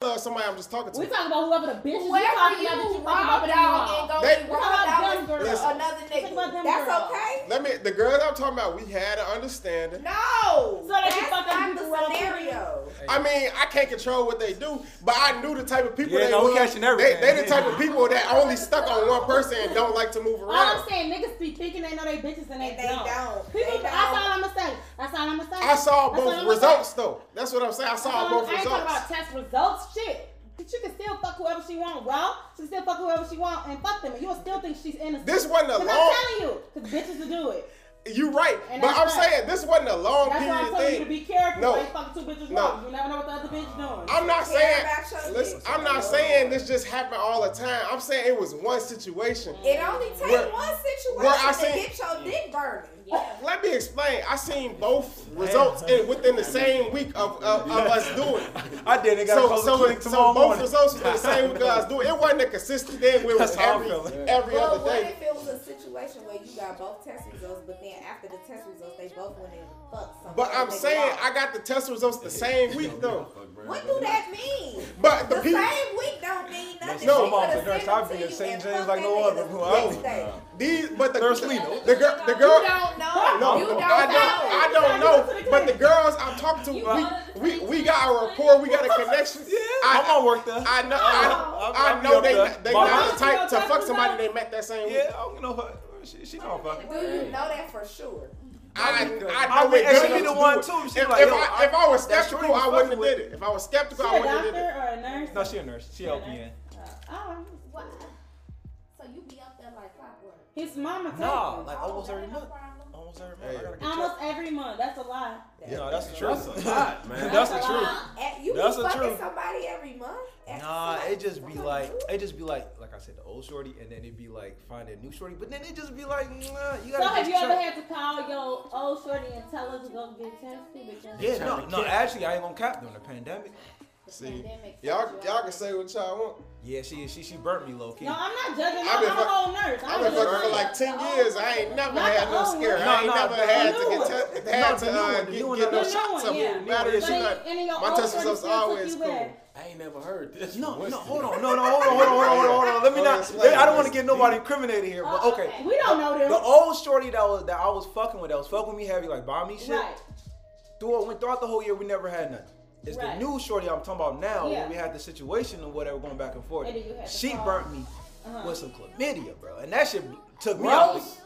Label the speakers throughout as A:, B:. A: about somebody I'm just talking to.
B: We talking about whoever the bitches. we
C: Whoever
B: talking
C: you
B: about that you fucking
C: raw
B: up in the
C: dog
B: mall.
C: and go
A: They-
C: and
B: We're talking about
C: raw
B: them
C: dog
B: girls.
C: with another
B: Think about
C: nigga.
B: them
C: That's
B: girls.
C: okay.
A: Let me. The girl I'm talking about, we had an understanding.
C: No.
B: So they can
C: that's
B: fuck up
C: not the
B: people around
C: scenario.
A: I mean, I can't control what they do, but I knew the type of people
D: Yeah,
A: they
D: no, we
A: were.
D: catching
A: they,
D: everything.
A: they the type of people that only stuck on one person and don't like to move
B: All I'm
A: around.
B: saying, niggas be thinking they know they bitches and they,
C: And they don't.
B: People,
C: They
B: That's
C: don't.
B: all I'm gonna say. That's all I'm gonna say.
A: I saw
B: That's all
A: both
B: I'ma
A: results
B: say.
A: though. That's what I'm saying. I saw
B: Um,
A: both
B: I ain't talking
A: results.
B: about test results. Shit. But you can still fuck whoever she want, raw. She can still fuck whoever she want and fuck them. And you will still think she's innocent.
A: This wasn't a
B: 'Cause
A: long-
B: I'm telling you. Because bitches will do it.
A: You right,
B: And
A: but
B: that's
A: I'm
B: right.
A: saying this wasn't a long
B: That's why I'm
A: period
B: telling you to
A: thing.
B: be careful.
A: No.
B: No. fucking two bitches
A: No.
B: wrong. You never know what the other bitch doing.
A: I'm not
C: Care
A: saying.
C: about your
A: Listen,
C: bitch.
A: I'm not saying this just happened all the time. I'm saying it was one situation.
C: It only takes
A: Where-
C: one situation
A: where I
C: to
A: seen-
C: get your dick burning.
A: Let me explain. I seen both results in, within the same week of, of, of us doing. it.
D: I did. It got
A: So,
D: so,
A: so,
D: clinic
A: it, so
D: tomorrow
A: both
D: morning.
A: results was the same with us doing. It wasn't a consistent thing where it was
D: That's how I'm
A: every,
D: feeling.
A: every
C: But
A: other
C: what
A: day.
C: if it was a situation where you got both test results, but then after the test results, they both went and fucked somebody?
A: But I'm
C: they
A: saying
C: lost?
A: I got the test results the same week though.
C: What do that mean?
A: But the
C: The
A: people,
C: same week don't mean nothing.
A: No.
C: She could've
D: I'm a nurse.
C: sent
D: I'd be
C: them
D: at
C: to
D: St.
C: you and
D: James
C: fucked
D: like
C: that
D: no
C: nigga
D: other. Who
C: the
D: I
C: next
D: was.
C: day.
A: these, but the
D: Nurse Lino.
A: the girl, the
C: You
A: girl.
C: don't know.
A: No,
C: you don't
A: I don't.
C: know.
A: I don't know. But the girls I'm talking to, we, we, we got a rapport. We got a connection.
D: Yeah,
A: I,
D: I'm gonna work there.
A: I know.
D: I'll-
A: I,
D: I'll
A: I
D: be
A: know
D: up
A: they
D: there.
A: they
D: My
A: not the
D: mom-
A: type to fuck somebody they met that same week.
D: Yeah, I don't you know her. She, she know I'm fucking.
C: Do you know that for sure?
A: I, I
D: I
A: know
D: I
A: it
D: would
A: good
D: actually be the
A: enough to
D: one
A: do it.
D: too.
A: If,
D: She like,
A: if
D: yo,
A: I, if I was
D: that shorty
A: skeptical,
D: was
A: I wouldn't have
D: fucking
A: did
D: with
A: it. If I was skeptical, I
B: She a
A: wouldn't have
B: doctor
A: did it.
B: or a nurse?
D: No, she a nurse. She LPN.
B: Uh, oh,
E: Why? So you be up there like clockwork.
B: his mama told
D: No,
B: him.
D: like almost every month.
E: problem.
D: Almost every month. I gotta get
B: almost
D: checked.
B: every month. That's a lie.
D: No, that's the
F: That's
D: truth.
F: a lot, man.
D: That's the
B: a
D: truth.
B: lie.
C: At- You
D: That's
C: be
D: the
C: fucking
D: truth.
C: somebody every month? At-
F: Nah, it just be like it just be like like I said, the old shorty, and then it be like find a new shorty, but then it just be like, nah, you
B: So
F: gotta
B: have
F: just
B: you ever
F: check.
B: had to call your old shorty and tell her to go get tested because
D: Yeah,
F: No, no, actually, I ain't gonna cap during the pandemic.
E: The
A: See,
E: pandemic
A: y'all
E: fucked you
A: y'all
E: up.
A: can say what y'all want.
F: Yeah, she she she burnt me low key.
B: No, I'm not judging.
A: I've
B: I'm,
A: been
B: I'm
A: fuck-
B: a whole nurse.
A: I've
B: I'm
A: been fucking for
B: just-
A: like ten years. I ain't never
B: Not
A: had
B: the
A: no
B: old
A: scare.
B: one.
A: I ain't
D: No, no,
A: never
D: the
A: had
B: new
A: to get
B: one.
A: tested.
D: No,
A: Had
D: the
A: to
D: new
A: uh,
D: one, the
A: get,
D: new one,
A: get
D: the
A: no
D: new
A: shots
B: one,
A: up.
B: yeah.
A: It matters.
B: So
A: She
B: you-
A: like,
B: and then your
A: my
B: old
A: test
B: shorty
A: results
B: still took
A: always
B: you
A: cool.
B: back.
F: I ain't never heard this.
D: No, no, hold on, no, no, hold on, hold on, hold on, hold on, hold on. Let me
A: Oh,
D: not.
A: that's
D: let- I don't want
A: right.
D: to get nobody incriminated here, but
E: Oh,
D: okay.
E: okay.
B: We don't know them.
D: The old shorty that was that I was fucking with, that was fucking with me heavy, like buying me shit.
B: right.
D: Through went throughout the whole year, we never had nothing. It's
B: Right.
D: the new shorty I'm talking about now,
B: Yeah.
D: when we had the situation and whatever going back and forth.
B: And then you had to
D: She
B: call.
D: burnt me
B: Uh-huh.
D: with some chlamydia, bro, and that shit took me out.
B: Gross.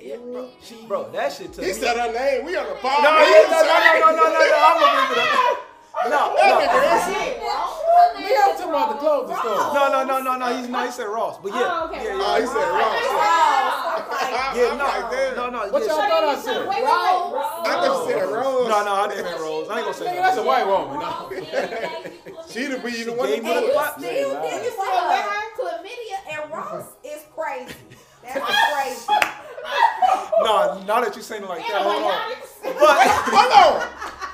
D: Yeah, bro, she, bro, that shit took
A: He
D: me.
A: said
D: out.
A: her name. We on the
D: No,
A: pod.
D: no,
A: man.
D: no, no, no, no, no, no, no, I'm gonna bring it up. No,
B: Oh,
D: no,
A: That nigga is-
F: I'm talking about the clothing store.
D: No, no, no, no, no. He's no, he said Ross, but yeah,
B: Oh, okay,
D: yeah,
B: Ross.
D: yeah.
A: Oh, he said Ross.
C: Oh, stuff like
D: Yeah,
A: I'm
D: no,
A: like, damn.
D: no, no,
F: What
D: yeah,
F: y'all
D: she-
F: thought I
B: Wait, wait,
F: said?
B: wait.
A: I thought you said Rose.
D: No, no, I didn't mean Rose. I ain't gonna say
F: That's a
D: that.
F: white woman. No.
A: She the be the one
D: She
A: to
D: gave
A: do
D: me the
A: it.
D: fuck.
C: And you still did it
F: You
C: for
B: still with
C: her.
B: her?
C: Chlamydia and Ross is crazy. That's crazy.
D: No, now that you saying it like that, hold on.
B: Antibiotics.
D: But
A: Hold on.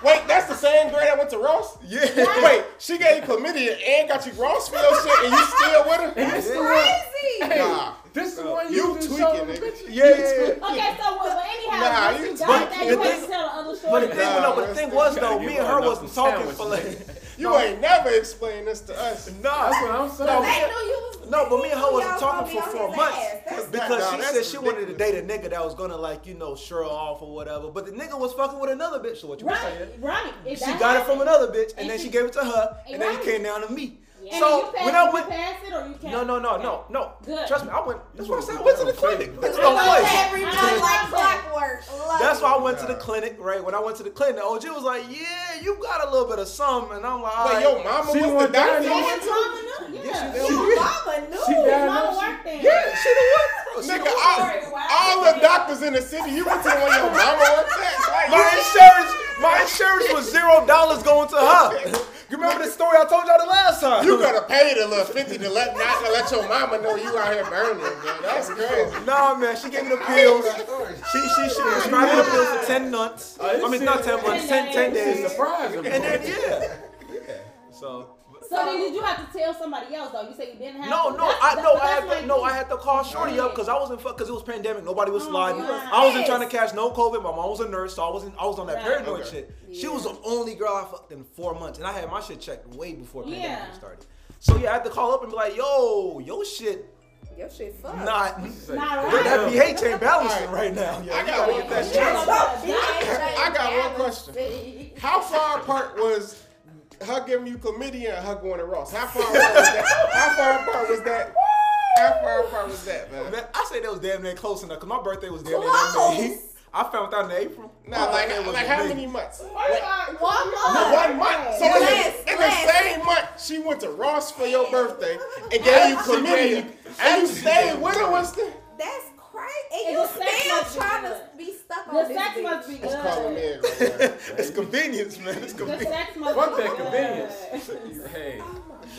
A: Wait, that's the same grade I went to Ross?
D: yeah,
A: Wait, she gave you chlamydia and got you Ross for your shit, and you still with her?
F: That's
C: Crazy.
A: Nah,
F: This is
D: Bro,
F: one
A: Uh, you
F: you just
A: tweaking,
F: showed the
A: nigga.
F: picture.
D: yeah, yeah.
B: Okay, so well, but anyhow,
A: Nah,
B: once
A: you
B: you
A: tweaking.
B: got that,
D: The
B: you had
D: thing-
B: to tell the other
D: But the
B: shorty.
D: thing,
A: Nah,
D: no, but the
A: that's
D: thing
A: the-
D: was
F: you
D: though,
F: gotta
D: me
F: give
D: and
F: her
D: her
F: enough
D: wasn't
F: to
D: talking
F: sandwich
D: for like,
A: you ain't never explained this to us.
D: nah.
F: That's what I'm
C: They
F: saying.
C: knew you was-
D: No, but me and her
C: they knew
D: wasn't
C: y'all
D: talking
C: gonna
D: for
C: be
D: four
C: on his
D: months
C: ass. That's-
D: because
A: Nah,
D: she
A: that's
D: said she wanted to
A: ridiculous.
D: date a nigga that was gonna like you know sure off or whatever, but the nigga was fucking with another bitch. So what you
B: Right,
D: saying?
B: right. If
D: She
B: that
D: got it from
B: happened-
D: another bitch, and,
B: And
D: then she,
B: she-
D: gave it to her, and then
B: Right.
D: it came down to me.
B: And
D: So
B: you pass,
D: when I
B: you
D: went,
B: pass it or you can't.
D: no, no, no, no, no.
B: Good.
D: Trust me, I went. That's why I said I went to the clinic. There's
C: I
D: no
C: love
D: place.
C: every month like clockwork. Love
D: That's
C: it.
D: why I went to the clinic, right? When I went to the clinic, the OG was like, "Yeah, you got a little bit of something," and I'm like,
A: Wait,
D: "Alright."
A: your mama
F: She
A: was the
F: went down
A: doctor?
B: Yeah, his mama knew. Yeah,
D: she
C: Your mama knew.
F: She
B: his
F: down
B: mama
F: there.
B: worked there.
D: Yeah, she the one. She
A: Nigga,
D: the one.
A: all, all the doctors in the city, you went to the one your mama worked at?
D: My
A: Like,
D: insurance, my insurance was zero dollars going to her. You remember the story I told y'all the last time?
A: you could have paid a little 50 to let not to let your mama know you out here burning, man. That's crazy.
D: Nah, man, she gave me the pills. She she she prescribed me the pills for ten months.
F: Oh, this
D: I mean, not ten months,
B: shit-
D: ten ten
F: It's
D: days.
F: surprising.
D: And then yeah, yeah. So
B: So then did you have to tell somebody else though? You say you didn't have
D: No,
B: to.
D: no,
B: That's-
D: I
B: that-
D: no,
B: but
D: I
B: that's
D: had
B: my
D: to, no,
B: thing.
D: I had to call Shorty up because I wasn't fuck because it was pandemic. Nobody was
B: Oh,
D: sliding.
B: you was
D: I wasn't
C: pissed.
D: trying to catch no COVID. My mom was a nurse, so I wasn't. I was on that
B: Right.
D: paranoid
A: Okay.
D: shit. She
C: Yeah.
D: was the only girl I fucked in four months, and I had my shit checked way before pandemic
B: Yeah.
D: even started. So yeah, I had to call up and be like, "Yo, yo, shit,
C: Your shit fucked.
D: not
B: Not right.
D: that pH ain't balancing
A: All
D: right now. Yo,
A: I got
D: you gotta
A: one
D: get that
A: question.
D: shit
B: Yeah.
D: checked."
A: I got one question. How far apart was her giving you chlamydia and her going to Ross? How far apart was that? How far apart was that? How far apart was that, man?
D: Man, I say that was damn near close enough because my birthday was damn near
C: Close.
D: that May. I found out in April.
A: Nah, like,
D: It was
A: like how
D: May.
A: many months?
C: One
A: No,
C: month.
A: one month. So in,
C: Less,
A: the, in the
C: less.
A: same month, she went to Ross for your birthday and gave you chlamydia, and you stayed with her, Winston.
C: That's crazy. And
B: And
C: you
B: the sex
C: still
B: must be
C: trying to
B: good.
C: be stuck
B: The
C: on this
B: sex must
C: bitch.
B: be
A: It's calling me.
B: good.
A: in right now.
D: It's convenience, man. It's
B: The
D: convenience.
B: sex must
G: Fuck
B: be good.
G: that convenience. hey,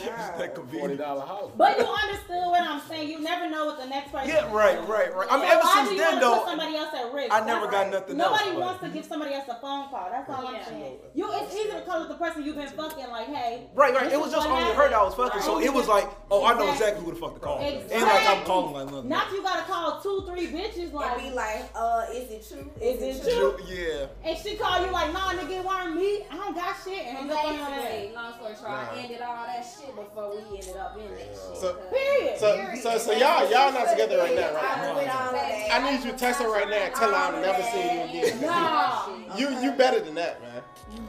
C: Oh my
D: That
C: God.
G: forty
D: convenience.
G: dollar house.
B: But you understood what I'm saying. You never know what the next person.
D: Yeah,
B: is
D: right,
B: doing.
D: right, right. I mean,
B: So
D: ever
B: why
D: since
B: do you
D: then,
B: wanna put
D: though,
B: somebody else at risk?
D: I never
B: That's
D: got
B: right.
D: nothing
B: Nobody
D: else. but-
B: wants to give somebody else a phone call. That's all I'm
E: Yeah.
B: saying. You, it's easy to come with the person you've been fucking. Like, hey,
D: Right, right.
B: this
D: It
B: is
D: was just
B: what
D: only her
B: happened.
D: that I was fucking, so it was like, oh, I know exactly who the fuck to call. And like I'm
B: Exactly.
D: calling like, look,
B: Not you gotta call two, three bitches like,
C: And be like, uh, is it true?
B: Is it true?
D: you- yeah.
B: and she call you like, nah, nigga, it weren't me. I don't got shit, and hang up on your ass.
E: Basically, long story short, I ended all that shit before we ended up in that shit.
A: So-
E: Cause-
B: Period.
A: So, so, so y'all, y'all not together right now, right?
C: I quit all of that.
A: I need you to text her right now and tell her I've never seen you again.
B: Nah.
A: You, you better than that, man.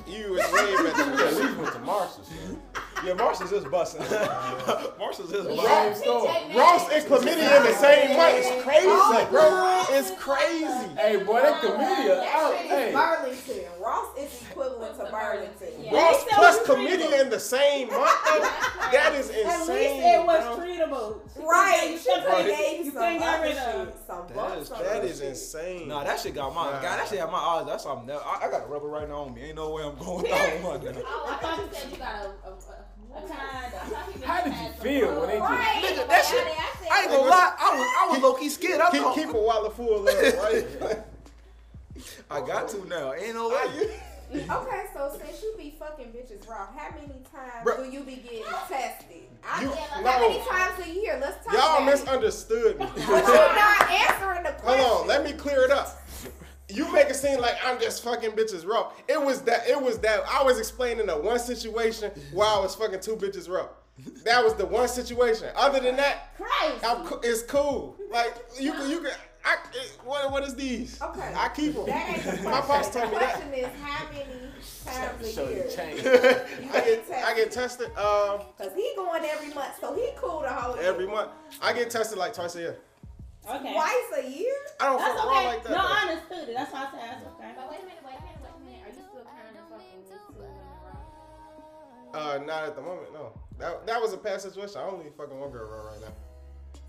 A: You is way better than
G: Yeah,
A: that.
G: we went to Marshall's.
D: Yeah, Marsha's just busting. Marsha's just busting.
A: Ross,
E: Oh,
A: Ross and chlamydia in the same month. It's crazy, bro. It's crazy.
G: Hey, boy, that
A: oh,
G: chlamydia. out.
C: That shit
G: Hey,
C: is Burlington. Ross is equivalent to Burlington.
E: Yeah.
A: Ross
B: They
A: plus
B: sell
A: chlamydia in the same month. though? That is
B: At least
A: insane.
B: it was
A: bro.
B: treatable. She
C: Right.
B: couldn't-
C: She could've
B: couldn't-
C: gave
B: You
C: you some
B: couldn't get
C: other
B: rid of.
C: shit. Some
D: That
C: bucks,
D: is-
C: some
A: That
C: other
A: is
C: shit.
A: insane.
D: Nah, that shit got my God, that shit had my eyes. That's something that I, I got a rubber right now on me. Ain't no way I'm going without one. Nigga,
E: Oh, I thought you said you got a, a, a,
B: A kind.
E: I thought just
G: How did
E: had
G: you
E: some-
G: feel when they just
E: Right.
D: that shit. I ain't gonna lie. I was I was low key scared. I
A: keep,
D: thought
A: keep a wallet full of love, right?
D: I got to now. Ain't no way.
C: Okay, so since you be fucking bitches raw, how many times
D: Bruh.
C: do you be getting tested? I,
A: You-
C: how
A: no.
C: many times a year? Let's talk
A: Oh. Y'all
C: about it.
A: misunderstood me.
C: But you're not answering the question.
A: Hold on, let me clear it up. You make it seem like I'm just fucking bitches rough. It was that. It was that. I was explaining the one situation where I was fucking two bitches rough. That was the one situation. Other than that,
B: Crazy.
A: I'm, co- it's cool. Like you can, you can. I it, what what is these?
C: Okay.
A: I keep them.
C: That ain't the question.
A: My pops told me
C: The
A: that.
C: question is how many times
G: show
C: a
G: you
C: year?
G: change.
A: I get I get tested um
C: Cause he going every month, so he cool the whole
A: every
C: year.
A: month. I get tested like twice a year.
B: Okay.
C: Twice a year?
A: I don't
B: That's
A: fuck raw
B: okay.
A: like that.
B: no,
A: though.
B: I understood it. That's why I said that's okay.
E: But wait a minute, wait a minute, wait a minute. Are you still kind of fucking with two women, right?
A: Uh, not at the moment. No, that that was a past situation. I only fucking one girl raw right now.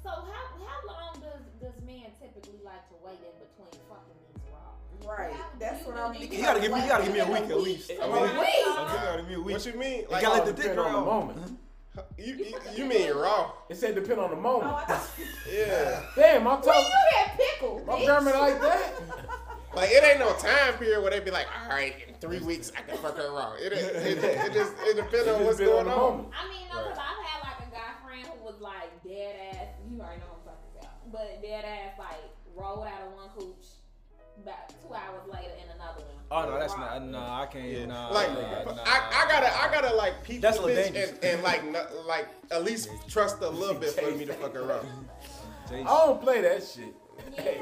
E: So how how long does does men typically like to wait in between fucking these raw?
C: Right. That's what I'm Oh,
D: You gotta give me. You gotta give me a week at least.
G: Wait.
D: I mean,
E: Wait.
D: You gotta give me a week.
A: What you mean?
D: You
A: Like uh,
D: gotta
G: It
D: let the dick
G: depend on the
D: grow.
G: moment.
A: you, you, you mean raw?
G: It said depend on the
C: Oh,
G: moment.
C: I thought you
A: Yeah.
G: Damn, my
C: knew
G: talk.
C: that pickle.
G: My
C: bitch.
G: German like that.
A: Like it ain't no time period where they be like, all right, in three weeks I can fuck her raw. It ain't- it, it, it just it depends on what's
G: Depend
A: going
G: the
A: on.
G: moment.
E: I mean, no, because I've had like a guy friend who was like dead ass. You already know what I'm talking about, but dead ass like rolled out of one cooch. About two hours later in another one.
D: Oh no, that's
E: Raw.
D: not. Nah, I can't.
A: Yeah.
D: Nah,
A: like
D: nah.
A: I, I gotta I gotta like peep
D: That's
A: the
D: a little
A: bitch
D: dangerous.
A: and, and like n- like at least trust a little bit for me to fuck her raw.
D: Jason.
G: I don't play that shit.
E: Yeah.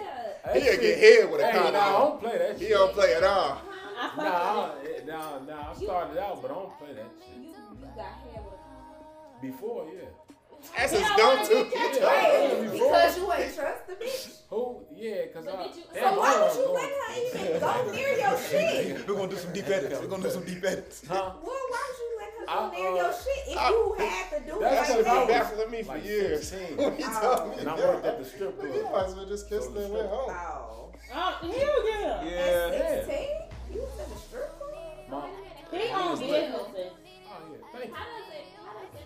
G: That
A: He'll
G: shit-
A: get head with a
G: Hey, nah, I
A: condom.
G: don't play that
A: He
G: shit.
A: don't play at all.
B: I
G: Nah,
B: fucked with
G: I
B: it.
G: don't- nah, nah. I started out, but I don't play that
E: You,
G: shit.
E: you got hair with a condom.
G: Before, yeah.
A: That's
B: You
A: his
B: don't wanna
A: go-to.
B: get catch-
G: Yeah.
C: Wait, because you ain't trust the bitch.
G: Who? Yeah, cause
E: But
G: I.
E: did you- so
G: Damn,
C: So why
G: I
C: would you
G: don't
C: let
G: go-
C: her even go near your shit?
D: We're gonna do some deep edits. We're gonna do some deep edits.
G: Huh?
C: Well, why would you let her
G: I,
C: go near your
G: uh,
C: shit if
A: I-
C: you had to do
G: That's
A: That shit
G: what
A: been
G: I was-
C: everything?
A: baffling me for
G: like
A: years.
G: 16.
A: When he told me,
G: And I
A: that.
G: worked at the strip
A: You might
G: club.
A: as well just kiss them and went home.
C: Oh.
B: Oh, hell yeah.
C: At
D: Yeah.
C: 16? You was in the strip club?
G: Mom.
B: He
G: Oh,
B: own businesses.
G: yeah. Thank you.
E: How does it? How does it?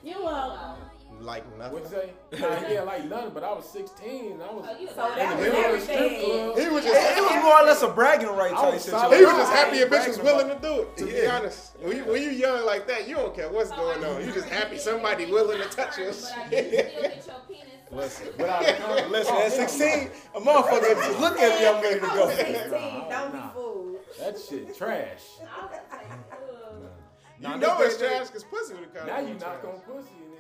B: You
E: feel,
B: welcome.
E: though?
A: like nothing.
G: What you say? Nah, yeah, like nothing. But I was 16. I was.
E: Oh, you
C: So
E: got
C: that
A: was
C: was everything.
A: He was just
D: It, it was more or less a bragging right
G: I
D: type
G: was
D: situation.
G: solid.
A: he was just happy a bitch was
D: Bragging
A: willing to do it. To be
D: Yeah.
A: honest, when you, when you young like that, you don't care what's going on. You just happy somebody willing to touch you.
E: But I can still hit your penis.
G: Listen, but I
D: Listen,
G: Oh,
D: at
G: hell
D: 16, a motherfucker if you look at me, I'm ready to
C: I was 16,
D: go.
C: don't
G: Nah.
C: be fooled.
G: no. that shit trash.
E: I was like, ugh.
A: You know it's trash because pussy would have
G: Now you knock on pussy and